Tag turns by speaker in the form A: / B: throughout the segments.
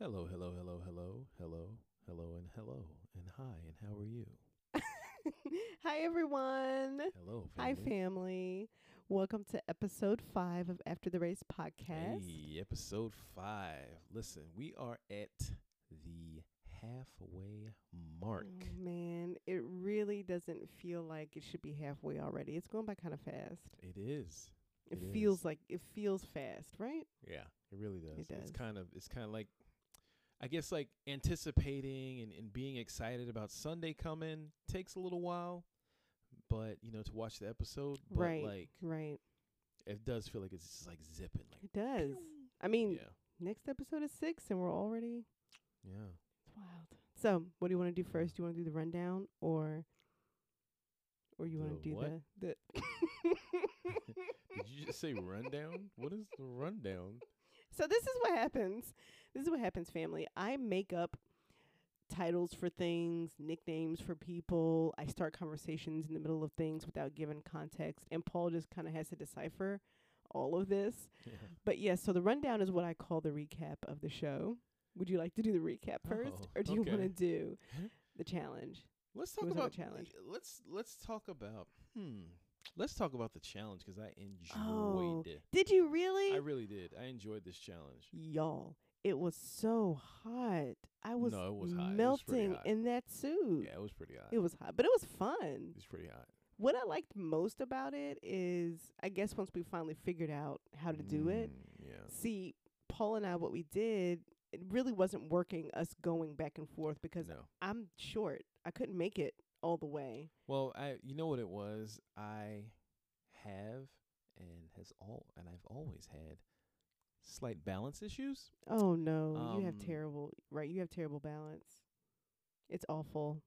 A: Hello, hello, hello, hello, hello, hello, and hello, and hi, and how are you?
B: Hi, everyone.
A: Hello,
B: Hi,
A: family.
B: family. Welcome to episode five of After the Race podcast.
A: Hey, episode five. Listen, we are at the halfway mark.
B: Oh, man, it really doesn't feel like it should be halfway already. It's going by kind of fast.
A: It is.
B: It,
A: It
B: feels
A: is.
B: like it feels fast, right?
A: Yeah, it really does. It's
B: does.
A: kind of it's kind of like I guess like anticipating and, and being excited about Sunday coming takes a little while, but you know, to watch the episode. But
B: Right.
A: like
B: Right.
A: it does feel like it's just like zipping. Like
B: It does. I mean,
A: yeah.
B: next episode is six, and we're already.
A: Yeah.
B: It's wild. So, what do you want to do first? Do you want to do the rundown or. Or you want
A: The
B: to do
A: what?
B: the the
A: Did you just say rundown? what is the rundown?
B: So this is what happens. This is what happens, family. I make up titles for things, nicknames for people. I start conversations in the middle of things without giving context, and Paul just kind of has to decipher all of this.
A: Yeah.
B: But yes, so the rundown is what I call the recap of the show. Would you like to do the recap first,
A: Oh,
B: or do you want
A: okay.
B: to do the challenge?
A: Let's talk
B: Who's on the
A: about
B: challenge?
A: Let's let's talk about hmm. Let's talk about the challenge because I enjoyed
B: Oh,
A: it.
B: Did you really?
A: I really did. I enjoyed this challenge.
B: Y'all, it was so hot. I was,
A: No, it was hot. It was pretty
B: melting
A: hot.
B: in that suit.
A: Yeah, it was pretty hot.
B: It was hot, but it was fun.
A: It's pretty hot.
B: What I liked most about it is, I guess, once we finally figured out how to do it,
A: Mm, Yeah.
B: see, Paul and I, what we did, it really wasn't working us going back and forth because
A: No.
B: I'm short. I couldn't make it all the way.
A: Well, I you know what it was? I have and has all and I've always had slight balance issues.
B: Oh, no. you have
A: Um,
B: terrible, right? You have terrible balance. It's awful.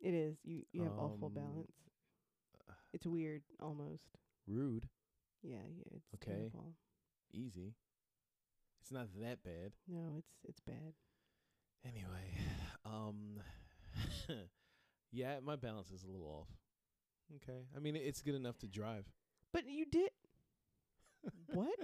B: It is. You, you have awful
A: Um,
B: balance.
A: uh,
B: It's weird, almost.
A: Rude.
B: Yeah, yeah. It's
A: Okay.
B: terrible.
A: Easy. It's not that bad.
B: No, it's it's bad.
A: Anyway, um, yeah, my balance is a little off. Okay, I mean it's good enough to drive.
B: But you did What?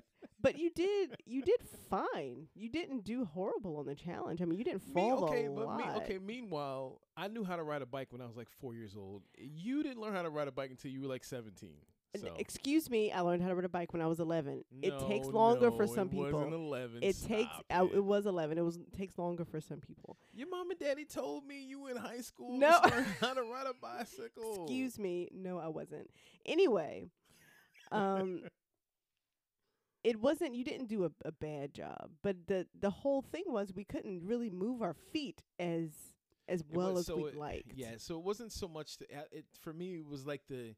B: But you did you did fine. You didn't do horrible on the challenge. I mean, you didn't
A: Me,
B: fall
A: okay,
B: a
A: but
B: lot.
A: me, okay. Meanwhile, I knew how to ride a bike when I was like four years old. You didn't learn how to ride a bike until you were like seventeen.
B: N-
A: So
B: Excuse me, I learned how to ride a bike when I was 11.
A: No,
B: it takes longer
A: no,
B: for some
A: it Wasn't
B: people.
A: eleven.
B: It takes
A: Stop
B: I,
A: it.
B: it was 11. It was it takes longer for some people.
A: Your mom and daddy told me you in high school
B: No.
A: was learning how to ride a bicycle.
B: Excuse me. No, I wasn't. Anyway, um it wasn't you didn't do a, a bad job, but the the whole thing was we couldn't really move our feet as as
A: It
B: well
A: was-
B: as
A: so
B: we
A: it-
B: liked.
A: Yeah, so it wasn't so much. The, uh, it for me it was like the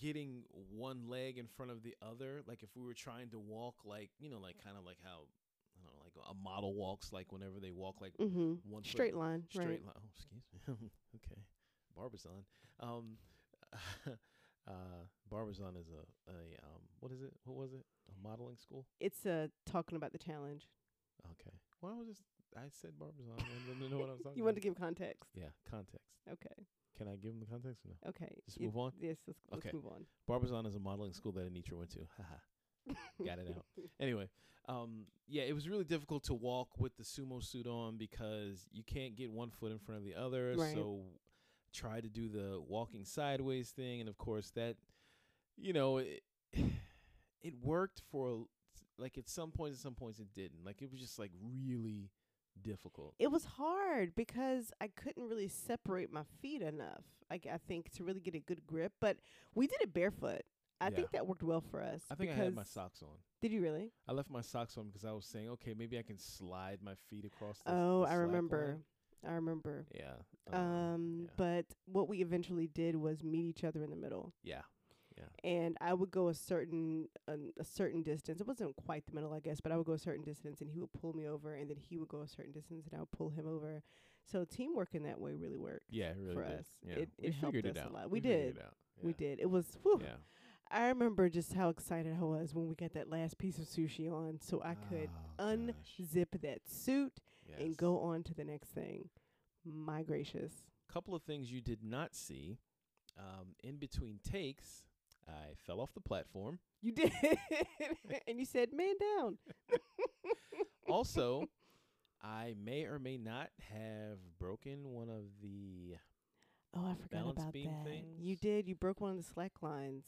A: getting one leg in front of the other. Like if we were trying to walk, like you know, like kind of like how I don't know, like a model walks, like whenever they walk, like
B: Mhm.
A: one foot-
B: straight line,
A: straight
B: right?
A: line. Oh, excuse me. okay, Barbizon. Um, uh, Barbizon is a a um, what is it? What was it? A modeling school.
B: It's uh talking about the challenge.
A: Okay. Well, I was just I said Barbizon. I didn't know what I was talking.
B: you want to
A: about.
B: give context?
A: Yeah, context.
B: Okay,
A: Can I give them the context or no?
B: okay.
A: Just
B: You-
A: move on?
B: Yes, let's, let's
A: Okay.
B: move on.
A: Barbizon is a modeling school that Anitra went to. Haha. Got it out. Anyway, um, yeah, it was really difficult to walk with the sumo suit on because you can't get one foot in front of the other.
B: Right.
A: So try to do the walking sideways thing, and of course that, you know, it, it worked for a- like at some points, at some points it didn't. Like it was just like really difficult.
B: It was hard because I couldn't really separate my feet enough. Like I think to really get a good grip, but we did it barefoot. I
A: Yeah.
B: think that worked well for us.
A: I think I had
B: because-
A: my socks on.
B: Did you really?
A: I left my socks on because I was saying, okay, maybe I can slide my feet across. The,
B: oh,
A: the
B: I
A: slack
B: remember.
A: line.
B: I remember.
A: Yeah.
B: Um,
A: yeah.
B: but what we eventually did was meet each other in the middle.
A: yeah.
B: and I would go a certain an a certain distance. It wasn't quite the middle, I guess, but I would go a certain distance, and he would pull me over, and then he would go a certain distance, and I would pull him over. So teamwork in that way really worked.
A: Yeah, it really
B: for
A: did.
B: us.
A: Yeah.
B: It-
A: we
B: it helped
A: figured it
B: us a
A: out.
B: lot. We
A: figured
B: did.
A: it out.
B: We
A: Yeah.
B: did. It was. Whew,
A: Yeah.
B: I remember just how excited I was when we got that last piece of sushi on, so I could
A: Oh, gosh.
B: unzip that suit and
A: Yes.
B: go on to the next thing. My gracious.
A: Couple of things you did not see. Um, in between takes, I fell off the platform.
B: You did, and you said, "Man down."
A: Also, I may or may not have broken one of the
B: Oh, I forgot
A: Balance
B: about
A: beam
B: that. You
A: things?
B: did. You broke one of the slack lines.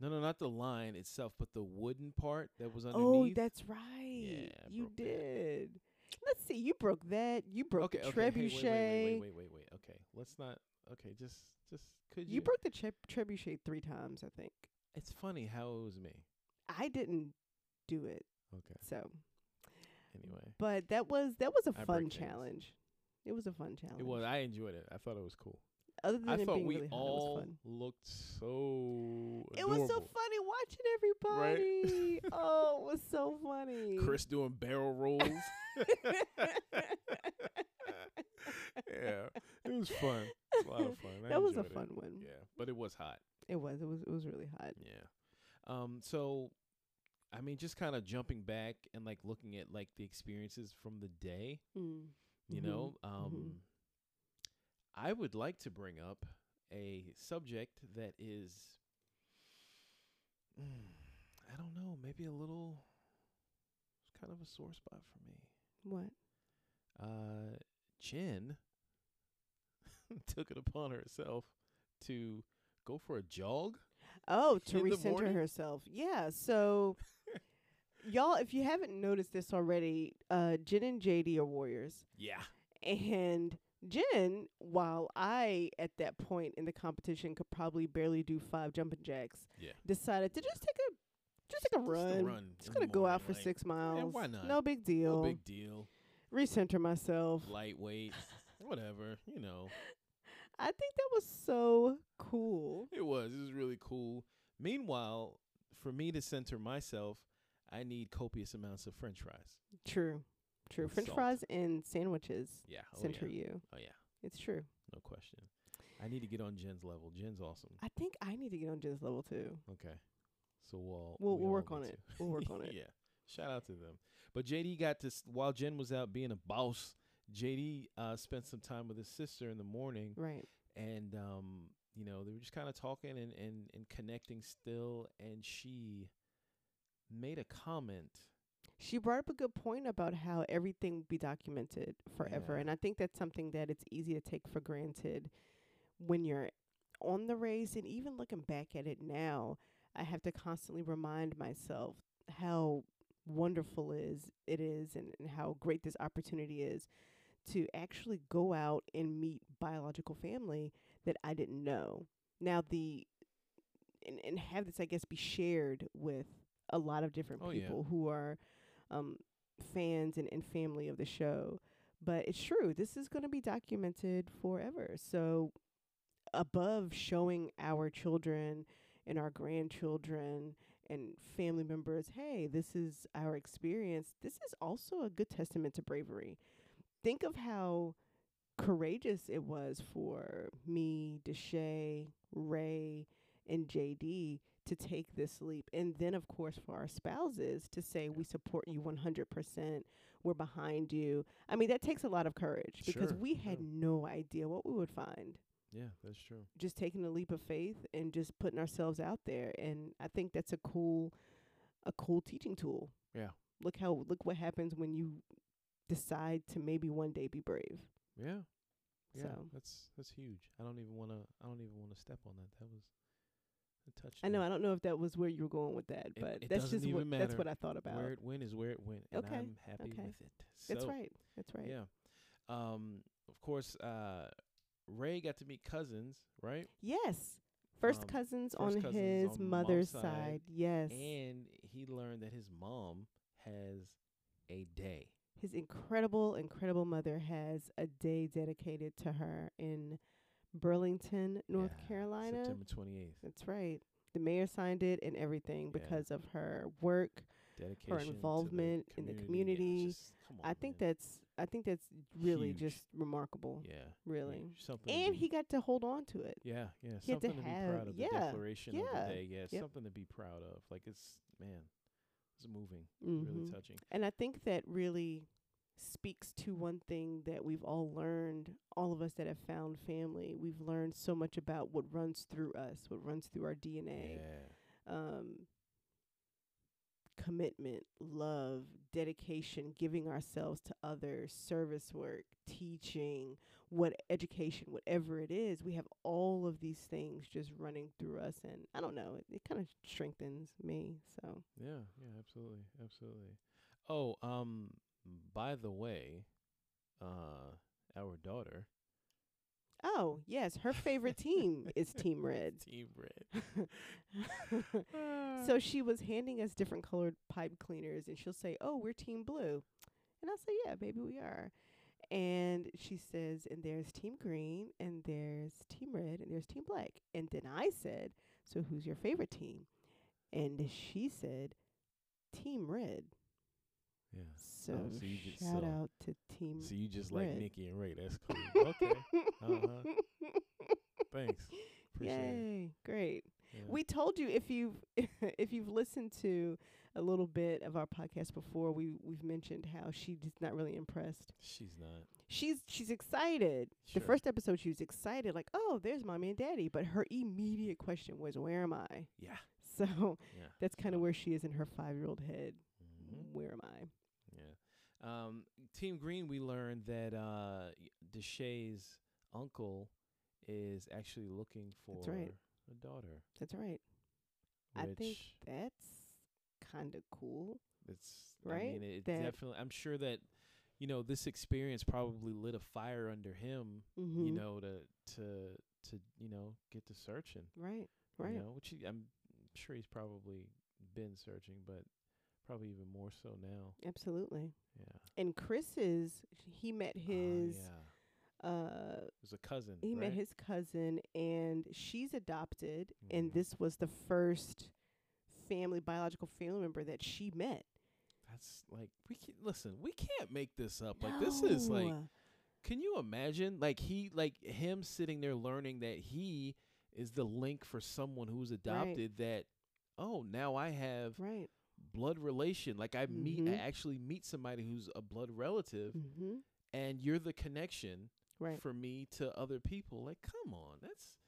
A: no no not the line itself but the wooden part that was
B: Oh,
A: underneath.
B: that's right.
A: Yeah, I
B: you
A: broke that.
B: did. Let's see. You broke that. You broke the
A: hey,
B: trebuchet.
A: wait, wait, wait, wait, wait, wait. Okay, let's not. Okay, just, just could you?
B: You broke the tre- trebuchet three times, I think.
A: it's funny how it was me.
B: I didn't do it.
A: Okay.
B: So,
A: Anyway,
B: but that was that was a
A: I
B: fun
A: break things.
B: challenge. It was a fun challenge.
A: it was. I enjoyed it. I thought it was cool.
B: Other than
A: I
B: it
A: thought
B: being
A: we
B: really
A: all
B: hot,
A: looked so.
B: it was fun. It was so
A: adorable.
B: funny watching
A: Right?
B: everybody. oh, it was so funny.
A: Chris doing barrel rolls. yeah, it was fun. It was a lot of fun. I
B: that was a
A: enjoyed it.
B: fun one.
A: Yeah, but it was hot.
B: It was. It was. It was really hot.
A: Yeah. Um, so I mean just kind of jumping back and like looking at like the experiences from the day,
B: Mm.
A: you
B: Mhm,
A: know. Um
B: mhm.
A: I would like to bring up a subject that is mm, I don't know, maybe a little it's kind of a sore spot for me.
B: Mm-hmm. What?
A: Uh Jen took it upon herself to go for a jog.
B: Oh,
A: In
B: to
A: the
B: recenter
A: morning?
B: herself. Yeah. So, y'all, if you haven't noticed this already, uh, Jen and JD are warriors.
A: Yeah.
B: And Jen, while I at that point in the competition could probably barely do five jumping jacks,
A: Yeah.
B: decided to just take a just take a
A: Just
B: run.
A: a run.
B: Just
A: in the
B: gonna go out
A: morning,
B: for
A: like,
B: six miles.
A: why not?
B: No big deal.
A: No big deal.
B: Recenter myself.
A: Lightweight. whatever. You know.
B: I think that was so cool.
A: It was. It was really cool. Meanwhile, for me to center myself, I need copious amounts of French fries.
B: True. True. French
A: Salt.
B: fries and sandwiches
A: Yeah. Oh
B: center
A: yeah.
B: you.
A: Oh yeah.
B: It's true.
A: No question. I need to get on Jen's level. Jen's awesome.
B: I think I need to get on Jen's level too.
A: Okay. So we'll
B: We'll-
A: we
B: we'll
A: all
B: work
A: need
B: on
A: to.
B: it. We'll work on it.
A: yeah. Shout out to them. But JD got this while Jen was out being a boss. JD uh, spent some time with his sister in the morning
B: Right.
A: and um, you know they were just kind of talking and, and and connecting still and she made a comment
B: She brought up a good point about how everything will be documented forever.
A: Yeah.
B: And I think that's something that it's easy to take for granted when you're on the race and even looking back at it now, I have to constantly remind myself how wonderful is it is and, and how great this opportunity is to actually go out and meet biological family that I didn't know. Now the and, and have this I guess be shared with a lot of different
A: Oh, yeah.
B: people who are um fans and, and family of the show. But it's true, this is gonna be documented forever. So above showing our children and our grandchildren and family members, hey, this is our experience. This is also a good testament to bravery. Think of how courageous it was for me, Deshay, Ray, and JD to take this leap. And then, of course, for our spouses to say, we support you 100%, we're behind you. I mean, that takes a lot of courage because
A: Sure,
B: we had
A: sure.
B: no idea what we would find
A: yeah that's true
B: just taking a leap of faith and just putting ourselves out there and i think that's a cool a cool teaching tool
A: Yeah.
B: look how look what happens when you decide to maybe one day be brave
A: yeah yeah
B: So.
A: that's that's huge i don't even want to i don't even want to step on that that was a touch
B: i know i don't know if that was where you were going with that
A: It-
B: but
A: it
B: that's
A: doesn't
B: just what
A: even
B: that's
A: matter
B: what i thought about
A: where it went is where it went and
B: Okay,
A: i'm happy
B: okay.
A: with it
B: that's
A: So,
B: right that's right
A: yeah um of course uh ray got to meet cousins right
B: yes first
A: Um,
B: cousins
A: first
B: on
A: cousins
B: his
A: on mom's
B: mother's
A: side
B: side, yes
A: and he learned that his mom has a day
B: his incredible, incredible mother has a day dedicated to her in Burlington, North
A: Yeah,
B: Carolina.
A: September 28th.
B: That's right. The mayor signed it and everything
A: Yeah.
B: because of her work.
A: Dedication to the
B: involvement in the
A: Yeah,
B: community.
A: it's just- come
B: I
A: on,
B: think
A: man.
B: that's I think that's really
A: Huge.
B: just remarkable.
A: yeah, I mean,
B: Really.
A: something. to
B: And
A: be-
B: he got to hold on to it.
A: yeah, yeah,
B: he had to
A: something to, be
B: have-
A: proud of.
B: yeah,
A: the declaration of
B: yeah,
A: the day, yeah, it's
B: yep.
A: something to be proud of. Like it's man, it's moving, really
B: Mhm.
A: touching.
B: And I think that really speaks to one thing that we've all learned, all of us that have found family. We've learned so much about what runs through us, what runs through our DNA.
A: Yeah,
B: Um commitment, love, dedication, giving ourselves to others, service work, teaching, what education, whatever it is, we have all of these things just running through us and I don't know, it, it kind of strengthens me. So,
A: Yeah, yeah, absolutely, absolutely. Oh, um, by the way, uh, our daughter,
B: oh, yes, her favorite team is Team Red.
A: Team Red. Ah.
B: So she was handing us different colored pipe cleaners, and she'll say, "Oh, we're Team Blue," and I'll say, "Yeah, baby, we are." And she says, "And there's Team Green, and there's Team Red, and there's Team Black." And then I said, "So who's your favorite team?" And she said, "Team Red."
A: yeah.
B: So,
A: Oh, so you just-
B: shout
A: so-
B: out to Team.
A: So you just like
B: Red.
A: Nikki and Ray? That's cool. okay, Uh-huh. thanks. Appreciate it.
B: Yay! Great.
A: Yeah.
B: We told you if you've if you've listened to a little bit of our podcast before, we we've mentioned how she's not really impressed.
A: She's not.
B: She's she's excited. The
A: Sure.
B: first episode she was excited, like, oh, there's mommy and daddy. But her immediate question was, Where am I?
A: Yeah.
B: So
A: Yeah.
B: that's kind
A: Yeah.
B: of where she is in her five year old head.
A: Mhm.
B: Where am I?
A: Yeah. Um, Team Green, we learned that uh, y- Deshay's uncle is actually looking for
B: That's right.
A: a daughter.
B: That's right. I
A: Which
B: think That's kinda cool.
A: it's I
B: right,
A: mean, it
B: that-
A: definitely. I'm sure that you know this experience probably lit a fire under him.
B: Mm-hmm.
A: You know to to to you know get to searching.
B: Right. Right.
A: You know, which he, I'm sure he's probably been searching, but probably even more so now.
B: Absolutely.
A: Yeah.
B: And Chris's he met
A: Ah,
B: his
A: yeah.
B: uh
A: It was a cousin.
B: He met
A: right?
B: his cousin, and she's adopted,
A: Mhm.
B: and this was the first family biological family member that she met.
A: That's like we can listen. We can't make this up. Like this is like.
B: No.
A: Can you imagine? Like he, like him sitting there learning that he is the link for someone who's adopted. That oh, now I have
B: right.
A: blood relation. Like I meet, I
B: Mhm.
A: actually meet somebody who's a blood relative,
B: Mm-hmm.
A: and you're the connection
B: Right.
A: for me to other people. Like come on, that's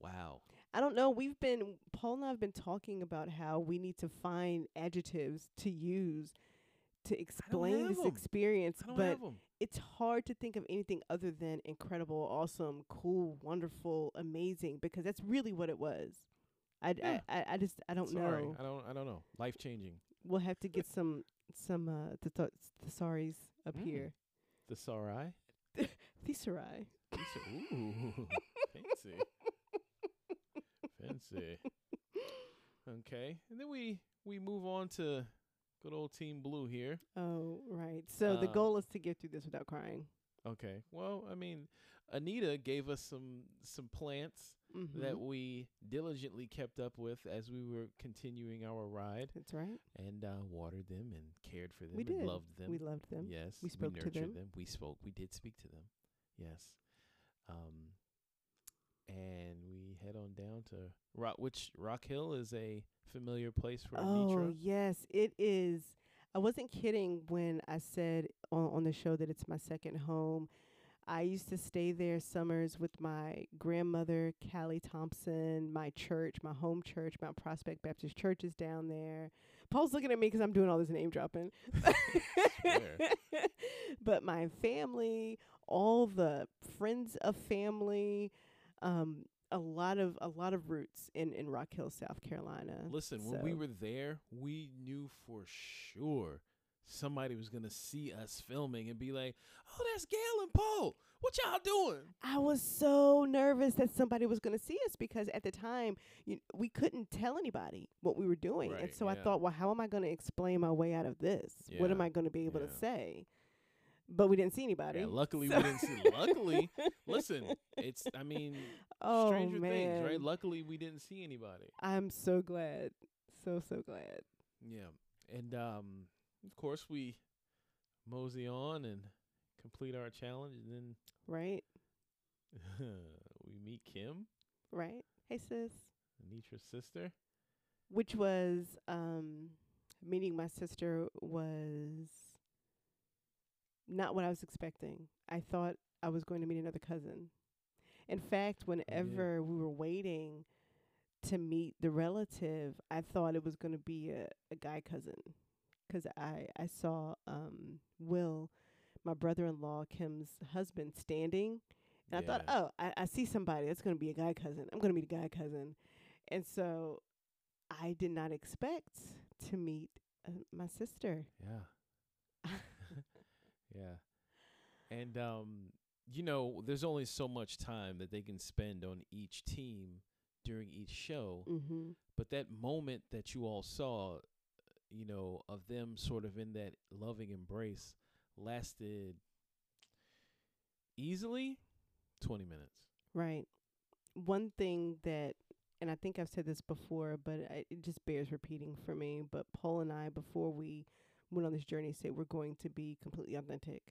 A: wow.
B: I don't know. We've been Paul and I've been talking about how we need to find adjectives to use to explain
A: have
B: this
A: 'em.
B: experience,
A: I don't
B: but
A: have 'em.
B: it's hard to think of anything other than incredible, awesome, cool, wonderful, amazing, because that's really what it was. I,
A: Yeah.
B: I, I, I just I don't
A: Sorry,
B: know.
A: I don't. I don't know. Life changing.
B: We'll have to get some some uh the th- thesauri's up
A: Mm.
B: here.
A: The sorry.
B: Thesauri.
A: Ooh, fancy. Fancy. Okay, and then we we move on to good old Team Blue here.
B: Oh, right. So the
A: Uh,
B: goal is to get through this without crying.
A: Okay, well, I mean, Anita gave us some some plants
B: Mm-hmm.
A: that we diligently kept up with as we were continuing our ride,
B: That's right.
A: and uh, watered them and cared for them.
B: We
A: and
B: did.
A: loved them.
B: We loved them.
A: Yes,
B: We spoke to
A: nurtured
B: them.
A: We spoke. We did speak to them. Yes. Um, and we head on down to Rock, which Rock Hill is a familiar place for
B: Oh
A: Anitra.
B: yes, it is. I wasn't kidding when I said on, on the show that it's my second home. I used to stay there summers with my grandmother, Callie Thompson, my church, my home church, Mount Prospect Baptist Church is down there. Paul's looking at me 'cause I'm doing all this name dropping.
A: Swear.
B: but my family, all the friends of family, um, a lot of a lot of roots in in Rock Hill, South Carolina.
A: Listen, when we
B: So-
A: were there, we knew for sure somebody was gonna see us filming and be like, "Oh, that's Gail and Paul. What y'all doing?"
B: I was so nervous that somebody was going to see us because at the time you, we couldn't tell anybody what we were doing, and
A: Right,
B: so I
A: yeah.
B: thought, well, how am I going to explain my way out of this? What am
A: Yeah,
B: I going to be able to
A: yeah.
B: say? But we didn't see anybody.
A: Yeah, luckily
B: so-
A: we didn't see. Luckily, listen, it's. I mean,
B: oh
A: Stranger
B: man,
A: Things, right? Luckily, we didn't see anybody.
B: I'm so glad, so so glad.
A: Yeah. And um of course we mosey on and complete our challenge and
B: Right,
A: then we meet Kim,
B: right. Hey sis,
A: Anitra's sister.
B: which was um meeting my sister was not what I was expecting. I thought I was going to meet another cousin. In fact, whenever we were waiting to meet the relative, I thought it was going to be a, a guy cousin. 'Cause I, I saw um, Will, my brother in law, Kim's husband, standing. And I thought,
A: Yeah.
B: oh, I, I see somebody. That's going to be a guy cousin. I'm going to meet a guy cousin. And so I did not expect to meet uh, my sister.
A: Yeah. yeah. And um, you know, there's only so much time that they can spend on each team during each show,
B: Mm-hmm.
A: but that moment that you all saw, you know, of them sort of in that loving embrace lasted easily 20 minutes.
B: Right. One thing that, and I think I've said this before, but I, it just bears repeating for me. But Paul and I, before we went on this journey, said we're going to be completely authentic.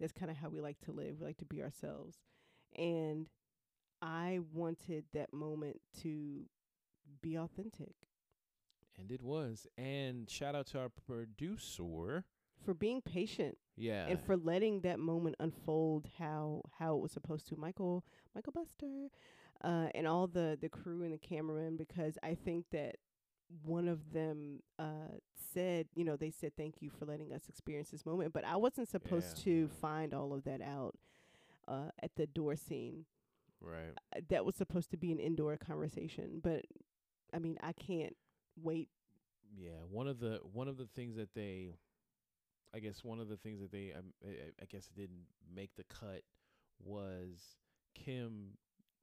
B: That's kind of how we like to live. We like to be ourselves. And I wanted that moment to be authentic
A: And it was. And shout out to our producer.
B: for being patient
A: Yeah.
B: and for letting that moment unfold how how it was supposed to michael michael buster uh, and all the the crew and the cameraman because i think that one of them uh, said you know they said thank you for letting us experience this moment but i wasn't supposed
A: Yeah.
B: to find all of that out uh, at the door scene
A: right.
B: Uh, that was supposed to be an indoor conversation but i mean i can't wait
A: Yeah, one of the one of the things that they, I guess one of the things that they, um, I, I- I guess it didn't make the cut was Kim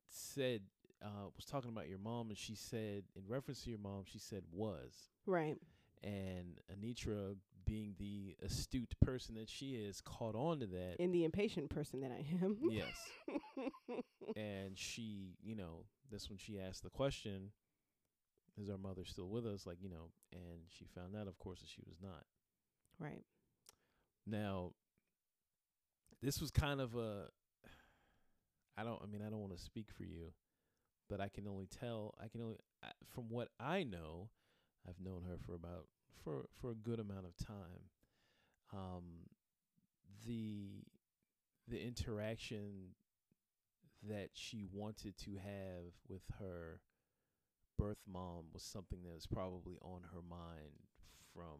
A: said uh, was talking about your mom, and she said in reference to your mom, she said was,
B: right
A: and Anitra being the astute person that she is, caught on to that.
B: in the impatient person that i am
A: yes, and she, you know, that's when she asked the question, "Is our mother still with us?" Like you know, and she found out, of course, that she was not.
B: right
A: Now, this was kind of a. I don't. I mean, I don't want to speak for you, but I can only tell. I can only I- from what I know. I've known her for about for for a good amount of time. Um, the the interaction that she wanted to have with her birth mom was something that was probably on her mind from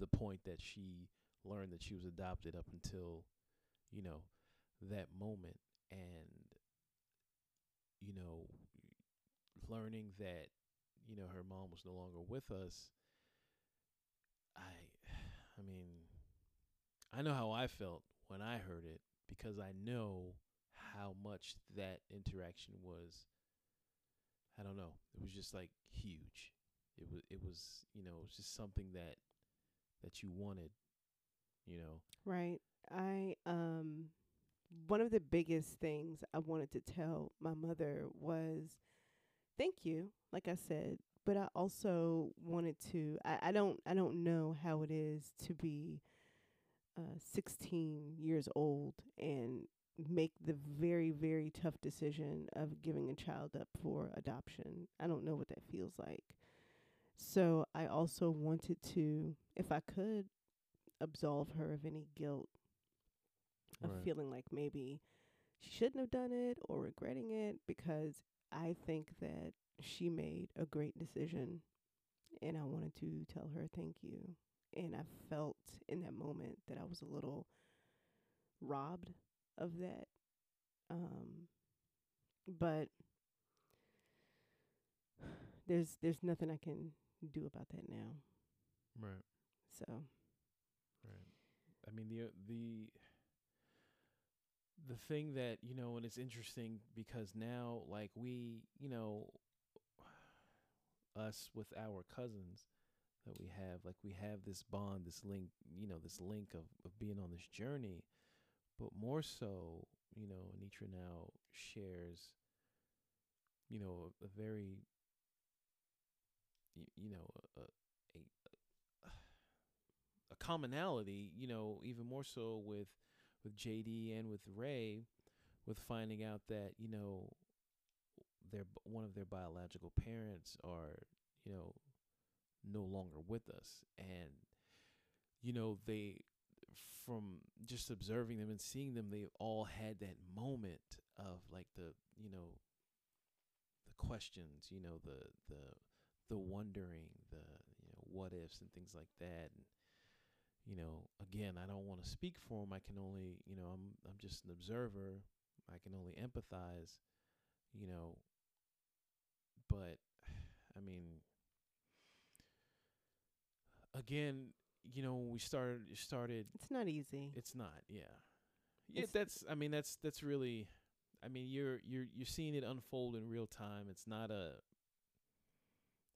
A: the point that she learned that she was adopted up until you know that moment and you know learning that you know her mom was no longer with us i i mean i know how i felt when i heard it because i know how much that interaction was i don't know it was just like huge it was it was you know it was just something that that you wanted, you know.
B: Right. I um one of the biggest things I wanted to tell my mother was thank you, like I said, but I also wanted to I, I don't I don't know how it is to be uh sixteen years old and make the very, very tough decision of giving a child up for adoption. I don't know what that feels like. So I also wanted to, if I could, absolve her of any guilt of feeling like maybe she shouldn't have done it or regretting it because I think that she made a great decision and I wanted to tell her thank you. And I felt in that moment that I was a little robbed of that. Um, but there's there's nothing I can do about that now.
A: Right,
B: So
A: right. I mean the uh, the the thing that you know, and it's interesting because now, like we, you know, us with our cousins that we have, like we have this bond, this link, you know, this link of of being on this journey, but more so, you know, Anitra now shares, you know, a, a very y- you know a, a a commonality you know even more so with with JD and with Ray with finding out that you know their b- one of their biological parents are you know no longer with us and you know they from just observing them and seeing them they all had that moment of like the you know the questions, you know, the the the wondering, the you know, what ifs and things like that. And you know, again, I don't want to speak for him. I can only, you know, I'm I'm just an observer. I can only empathize, you know. But I mean, again, you know, when we started started
B: It's not easy.
A: it's not, yeah. Yeah,
B: It's-
A: that's I mean that's that's really I mean you're you're you're seeing it unfold in real time. It's not a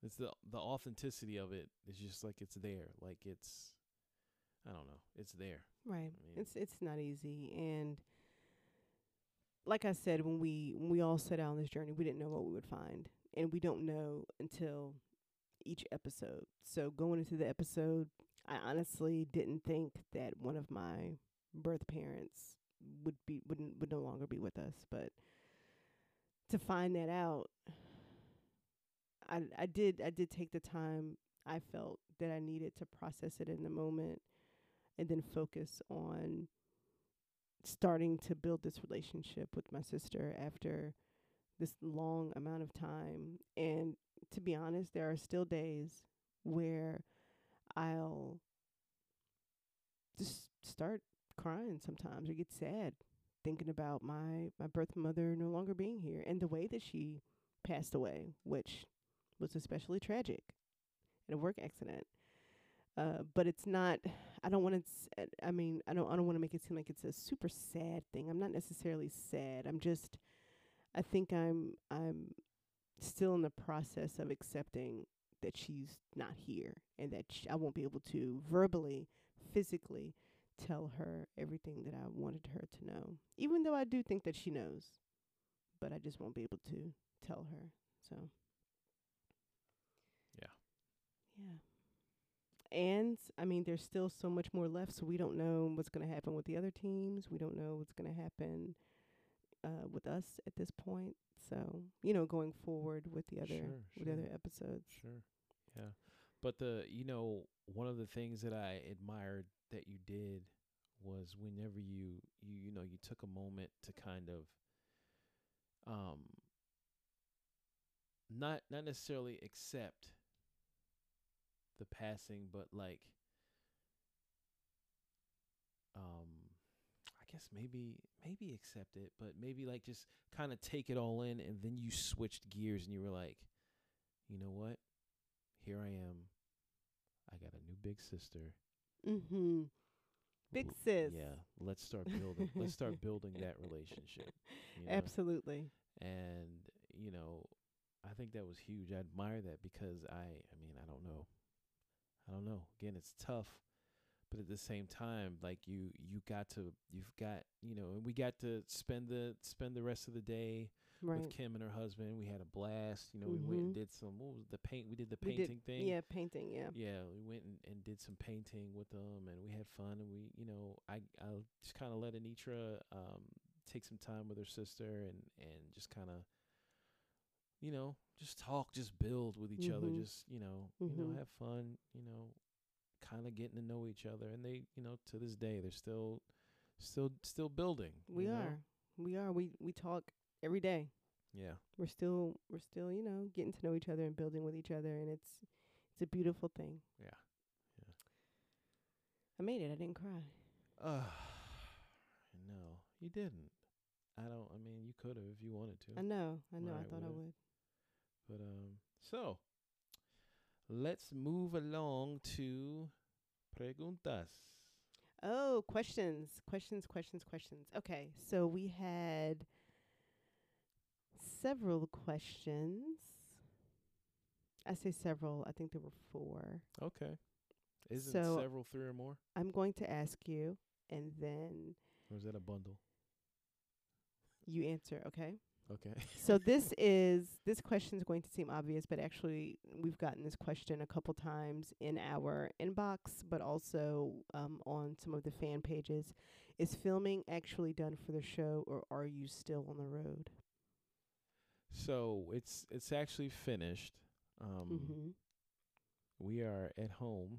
A: it's the the authenticity of it. It's just like it's there. Like it's I don't know. It's there.
B: right.
A: I mean,
B: It's it's not easy and like I said when we when we all set out on this journey, we didn't know what we would find and we don't know until each episode. So going into the episode, I honestly didn't think that one of my birth parents would be wouldn't would no longer be with us, but to find that out I I did I did take the time I felt that I needed to process it in the moment and then focus on starting to build this relationship with my sister after this long amount of time. And to be honest, there are still days where I'll just start crying sometimes or get sad thinking about my my birth mother no longer being here and the way that she passed away, which was especially tragic in a work accident. Uh, but it's not I don't want to. I mean, I don't. I don't want to make it seem like it's a super sad thing. I'm not necessarily sad. I'm just. I think I'm. I'm still in the process of accepting that she's not here and that sh- I won't be able to verbally, physically tell her everything that I wanted her to know. Even though I do think that she knows, but I just won't be able to tell her. So.
A: Yeah.
B: Yeah and I mean, there's still so much more left, so we don't know what's going to happen with the other teams. We don't know what's going to happen uh, with us at this point. So you know, going forward with the other
A: Sure, sure.
B: with the other episodes.
A: Sure. Yeah. But the you know, one of the things that I admired that you did was whenever you you you know, you took a moment to kind of um not not necessarily accept the passing, but like um I guess maybe maybe accept it, but maybe like just kind of take it all in and then you switched gears and you were like you know what? Here I am. I got a new big sister.
B: Mm-hmm. Big
A: L-
B: sis.
A: Yeah, let's start building. let's start building that relationship. You know?
B: Absolutely.
A: And you know, I think that was huge. I admire that because I, I mean, I don't know. I don't know. Again, it's tough, but at the same time, like you, you got to, you've got, you know, and we got to spend the spend the rest of the day
B: Right.
A: with Kim and her husband. We had a blast. You know, we went
B: Mhm.
A: and did some. What was the paint? We did the
B: We did-
A: painting thing.
B: Yeah, painting. Yeah.
A: Yeah, we went and, and did some painting with them, and we had fun. And we, you know, I I just kind of let Anitra um, take some time with her sister, and and just kind of, you know, just talk, just build with each other,
B: Mhm.
A: just you know, you know,
B: Mhm.
A: have fun, you know, kind of getting to know each other. And they, you know, to this day, they're still, still, still building.
B: We
A: you know?
B: are. We are. We we talk every day.
A: Yeah.
B: We're still we're still you know getting to know each other and building with each other, and it's it's a beautiful thing.
A: Yeah. Yeah.
B: I made it. I didn't cry.
A: Uh, no, you didn't. I don't. I mean, you could have if you wanted to.
B: I know. I know.
A: Right,
B: I thought I
A: well,
B: would.
A: But um, so let's move along to preguntas.
B: Oh, questions, questions, questions, questions. Okay, so we had several questions. I say several, I think there were four.
A: Okay. Isn't
B: So-
A: several three or more?
B: I'm going to ask you, and then
A: Or is that a bundle?
B: you answer, okay?
A: Okay.
B: so this is this question is going to seem obvious, but actually we've gotten this question a couple times in our inbox, but also um, on some of the fan pages. Is filming actually done for the show, or are you still on the road?
A: So it's it's actually finished. Um,
B: hmm
A: we are at home.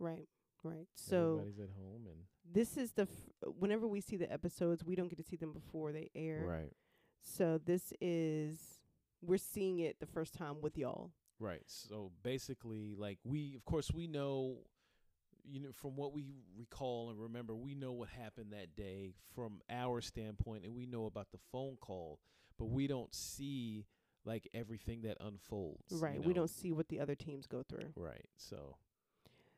B: Right, right. So
A: everybody's at home and
B: this is the f- whenever we see the episodes, we don't get to see them before they air.
A: right.
B: So this is We're seeing it the first time with y'all.
A: Right. So basically, like we, of course, we know, you know, from what we recall and remember, we know what happened that day from our standpoint, and we know about the phone call, but we don't see like everything that unfolds. you
B: Right. We
A: know?
B: don't see what the other teams go through.
A: Right. So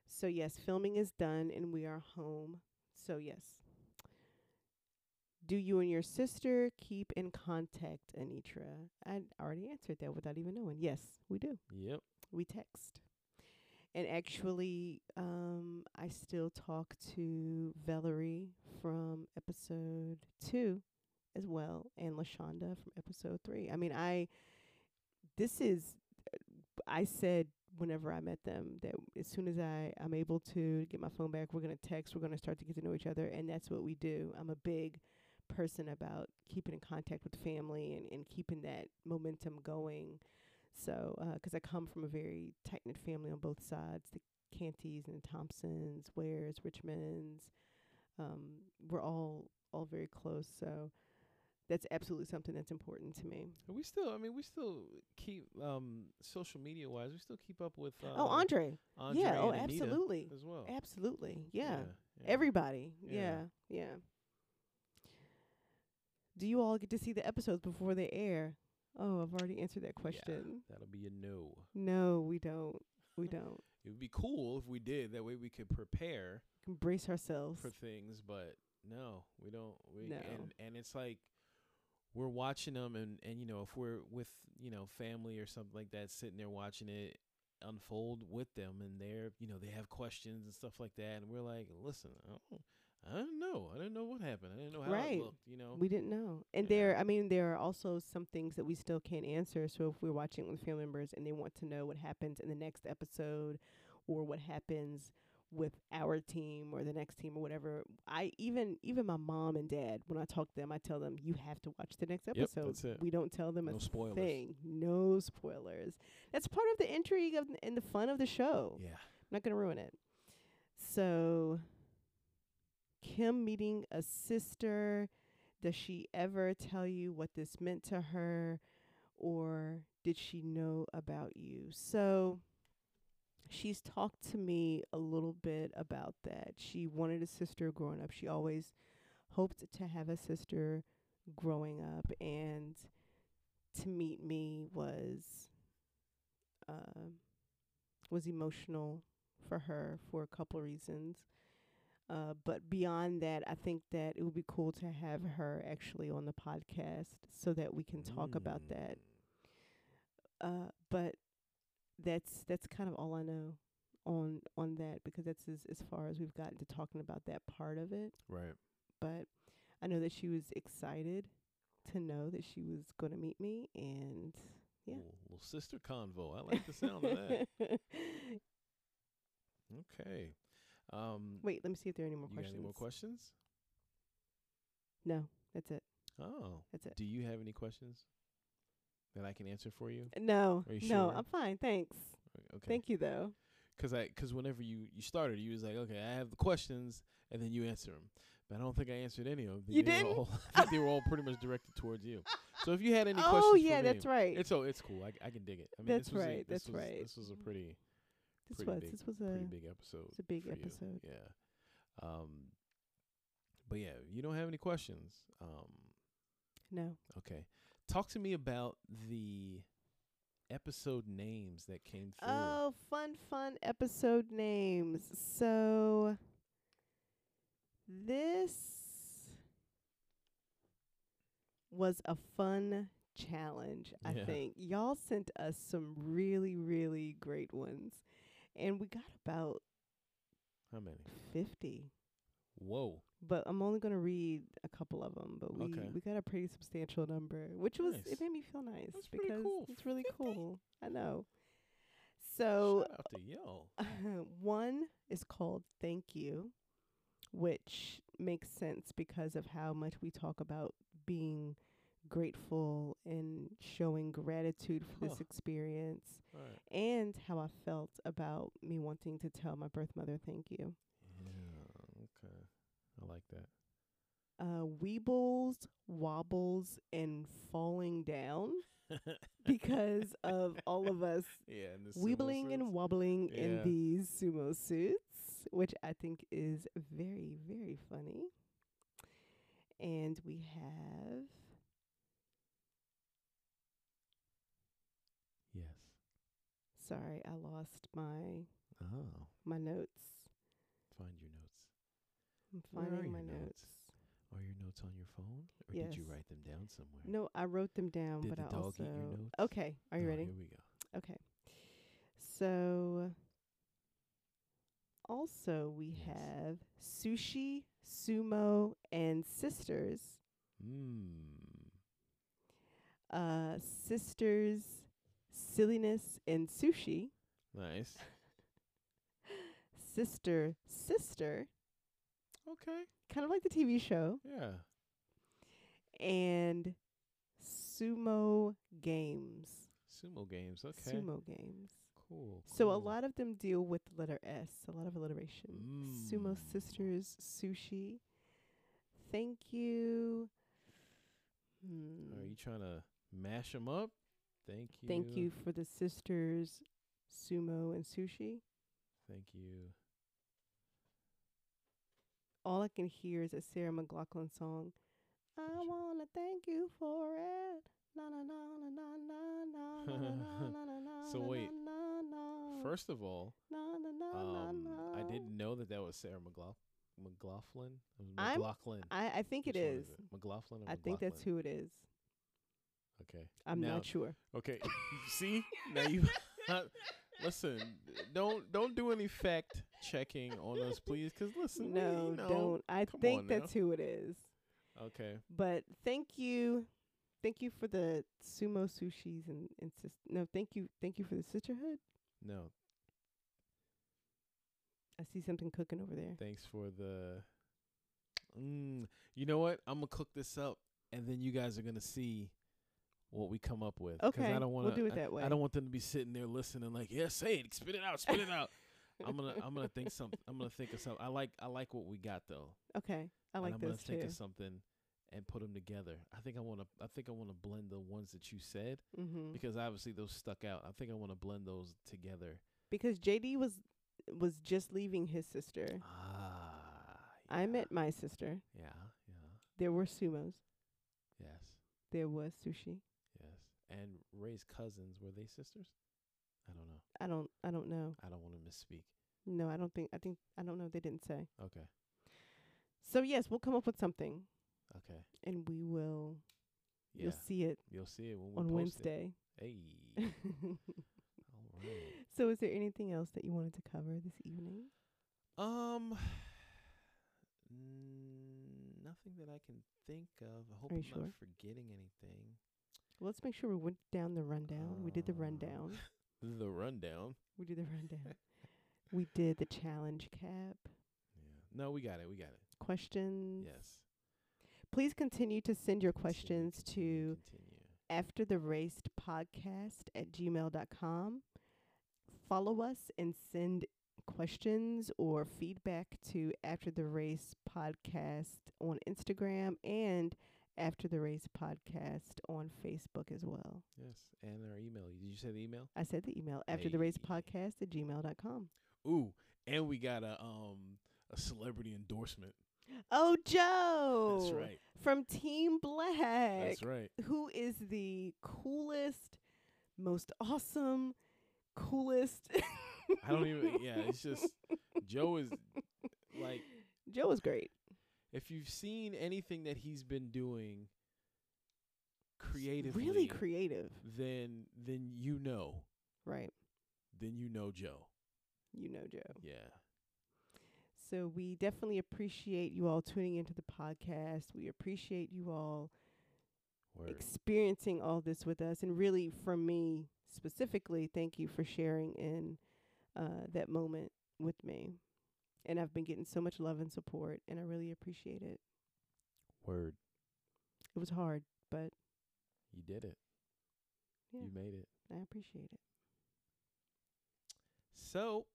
B: So yes, filming is done and we are home. So yes. Do you and your sister keep in contact, Anitra? I already answered that without even knowing. Yes, we do.
A: yep.
B: We text. And actually, um, I still talk to Valerie from episode two as well, and Lashonda from episode three. I mean, I, this is, uh, I said whenever I met them that as soon as I, I'm able to get my phone back, we're going to text, we're going to start to get to know each other. And that's what we do. I'm a big person about keeping in contact with family and, and keeping that momentum going. So, uh 'cause I come from a very tight knit family on both sides the Cantys and the Thompsons, Wares, Richmonds. Um, we're all all very close. So, that's absolutely something that's important to me.
A: And we still, I mean, we still keep um social media wise, we still keep up with uh,
B: oh, Andre.
A: Andre
B: yeah. Oh,
A: and Anita
B: absolutely.
A: as well.
B: Absolutely. Yeah.
A: yeah.
B: Everybody.
A: Yeah.
B: yeah. Yeah. Do you all get to see the episodes before they air? Oh, I've already answered that question.
A: That'll be a no.
B: No, we don't. We don't.
A: It would be cool if we did. That way we could prepare
B: Embrace ourselves.
A: for things, but no, we don't. We
B: No.
A: and and it's like we're watching them, and and you know if we're with you know family or something like that, sitting there watching it unfold with them, and they're you know they have questions and stuff like that, and we're like, listen, I don't, I don't know, I don't know what happened, I didn't know how
B: Right.
A: it looked, you know.
B: We didn't know. And
A: Yeah.
B: there, I mean, there are also some things that we still can't answer. So if we're watching with family members and they want to know what happens in the next episode or what happens with our team or the next team or whatever, I even even my mom and dad, when I talk to them, I tell them you have to watch the next episode.
A: that's it.
B: We don't tell them
A: No
B: a
A: spoilers.
B: thing. No spoilers. That's part of the intrigue of and the fun of the show.
A: yeah,
B: I'm not going to ruin it. So, Kim meeting a sister. Does she ever tell you what this meant to her? Or did she know about you? So, she's talked to me a little bit about that. She wanted a sister growing up. She always hoped to have a sister growing up. And to meet me was. Um, was emotional for her for a couple reasons. Uh, but beyond that, I think that it would be cool to have her actually on the podcast so that we can talk
A: Mm.
B: about that. Uh, but that's that's kind of all I know on on that because that's as, as far as we've gotten to talking about that part of it.
A: right.
B: But I know that she was excited to know that she was going to meet me, and Yeah.
A: Little, little sister convo. I like the sound of that. Okay. Um,
B: Wait, let me see if there are any more
A: you got
B: questions.
A: any more questions?
B: No, that's it.
A: Oh,
B: That's it.
A: Do you have any questions that I can answer for you?
B: No,
A: Are you
B: no,
A: sure?
B: I'm fine. Thanks.
A: Okay.
B: Thank you though.
A: Because I, because whenever you you started, you was like, okay, I have the questions, and then you answer 'em. But I don't think I answered any of them.
B: You
A: They were
B: didn't?
A: all- I think they were all pretty much directed towards you. So if you had any
B: oh
A: questions,
B: yeah,
A: for me,
B: that's right.
A: It's oh, it's cool. I, I can dig it. I mean,
B: That's
A: this was a-
B: right,
A: this
B: that's
A: was,
B: right.
A: This was a pretty
B: this
A: pretty
B: was
A: big-
B: this was a
A: pretty big episode.
B: it's a big
A: for you.
B: episode.
A: Yeah. Um. But yeah, you don't have any questions. Um.
B: no.
A: Okay. Talk to me about the episode names that came through.
B: Oh, fun fun episode names. So this was a fun challenge, I
A: Yeah.
B: think. Y'all sent us some really really great ones. And we got about
A: How many?
B: 50.
A: Whoa.
B: but I'm only gonna read a couple of them. But we
A: Okay.
B: we got a pretty substantial number, which was
A: Nice.
B: it made me feel nice
A: That's pretty
B: because
A: cool.
B: it's really
A: 50?
B: cool. I know. So uh,
A: Shout out to yo.
B: one is called "Thank You," which makes sense because of how much we talk about being grateful and showing gratitude for this
A: Huh.
B: experience
A: All right.
B: and how I felt about me wanting to tell my birth mother thank you.
A: Yeah. Okay. I like that.
B: uh, weebles, wobbles, and falling down. because of all of us
A: yeah, and the sumo
B: weebling and
A: suits.
B: wobbling
A: Yeah.
B: in these sumo suits, which I think is very, very funny. And we have
A: Yes.
B: sorry, I lost my
A: Oh,
B: my notes.
A: find your notes.
B: I'm
A: Where are
B: finding my
A: your
B: notes.
A: notes? Are your notes on your phone, or did you
B: Yes.
A: write them down somewhere?
B: No, I wrote them down,
A: Did
B: but
A: the
B: I
A: dog
B: also
A: eat your notes?
B: okay. Are you
A: Oh,
B: ready?
A: Here we go.
B: Okay. So also we
A: Yes.
B: have sushi, sumo, and sisters.
A: Hmm.
B: Uh, sisters, silliness, and sushi.
A: Nice.
B: Sister, sister,
A: Okay.
B: kind of like the TV show,
A: Yeah.
B: and sumo games.
A: Sumo games. Okay.
B: Sumo games.
A: Cool.
B: So a
A: cool.
B: lot of them deal with the letter S, a lot of alliteration. Sumo
A: Mm.
B: Sisters Sushi. Thank you.
A: Are
B: Hmm.
A: you trying to mash 'em up? Thank you.
B: Thank you for the sisters sumo and sushi.
A: Thank you.
B: All I can hear is a Sarah McLaughlin song. I
A: Gotcha.
B: wanna thank you for it. Na na na na na na na na na na na na
A: So
B: na
A: wait.
B: na na
A: First of all,
B: na na Oh. na na
A: um, I
B: na.
A: didn't know that that was Sarah McLaughlin. McLaughlin. It was
B: I'm-
A: McLaughlin.
B: I I think it
A: Which one
B: is.
A: it? McLaughlin. Or
B: I think that's
A: McLaughlin?
B: who it is.
A: Okay.
B: I'm
A: Now-
B: not sure.
A: Okay. you See now you. listen. Don't don't do any fact checking on us, please. Because listen, we,
B: No,
A: you know,
B: don't. I
A: come on
B: think
A: now.
B: that's who it is.
A: Okay.
B: But thank you, thank you for the sumo sushis and and sis- no, thank you, thank you for the sisterhood.
A: No.
B: I see something cooking over there.
A: Thanks for the. Mm, you know what? I'm gonna cook this up, and then you guys are gonna see what we come up with. 'Cause
B: Okay,
A: I don't
B: we'll
A: want
B: do it
A: I,
B: that way.
A: I don't want them to be sitting there listening, like, yeah, say it, spit it out, spit it out. I'm gonna, I'm gonna think something. I'm gonna think of something. I like, I like what we got though.
B: Okay, I like
A: and I'm
B: those
A: gonna think
B: too.
A: of something and put them together. I think I want to. I think I want to blend the ones that you said
B: Mm-hmm.
A: because obviously those stuck out. I think I want to blend those together.
B: Because JD was was just leaving his sister.
A: Ah.
B: I
A: yeah.
B: met my sister.
A: Yeah. Yeah.
B: There were sumos.
A: Yes.
B: There was sushi.
A: Yes. And Ray's cousins were they sisters? I don't know.
B: I don't. I don't know.
A: I don't want to misspeak.
B: No, I don't think. I think. I don't know. They didn't say.
A: Okay.
B: So yes, we'll come up with something,
A: Okay.
B: and we will.
A: Yeah.
B: You'll
A: You'll,
B: see it
A: see it when we
B: on
A: post
B: Wednesday.
A: It. Hey. All right.
B: so is there anything else that you wanted to cover this evening?
A: Um, mm, nothing that I can think of. I hope
B: Are
A: I'm
B: you sure?
A: not forgetting anything.
B: Well, let's make sure we went down the rundown. we did the
A: Uh,
B: rundown.
A: The rundown.
B: We did the rundown. we did the challenge cap
A: Yeah. No, we got it. We got it.
B: questions.
A: Yes.
B: Please continue to send your
A: Continue,
B: questions
A: continue,
B: to
A: continue.
B: after the raced podcast at gmail dot com. Follow us and send questions or feedback to after the race podcast on Instagram and after the race podcast on Facebook as well.
A: Yes. And our email. Did you say the email?
B: I said the email after the race
A: Hey.
B: podcast at gmail dot com.
A: Ooh, and we got a um a celebrity endorsement.
B: Oh, Joe!
A: That's right.
B: From Team Black,
A: That's right.
B: who is the coolest, most awesome, coolest.
A: I don't even. Yeah, it's just Joe is like
B: Joe was great.
A: if you've seen anything that he's been doing creatively,
B: Really creative.
A: then then you know
B: Right.
A: then you know Joe.
B: You know Joe.
A: Yeah.
B: So we definitely appreciate you all tuning into the podcast. We appreciate you all
A: Word.
B: experiencing all this with us. And really, for me specifically, thank you for sharing in uh, that moment with me. And I've been getting so much love and support, and I really appreciate it.
A: Word.
B: It was hard, but
A: You did it.
B: Yeah.
A: You made it.
B: I appreciate it.
A: So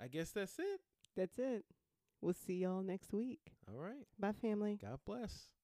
A: I guess that's it.
B: That's it. We'll see y'all next week.
A: All right.
B: Bye, family.
A: God bless.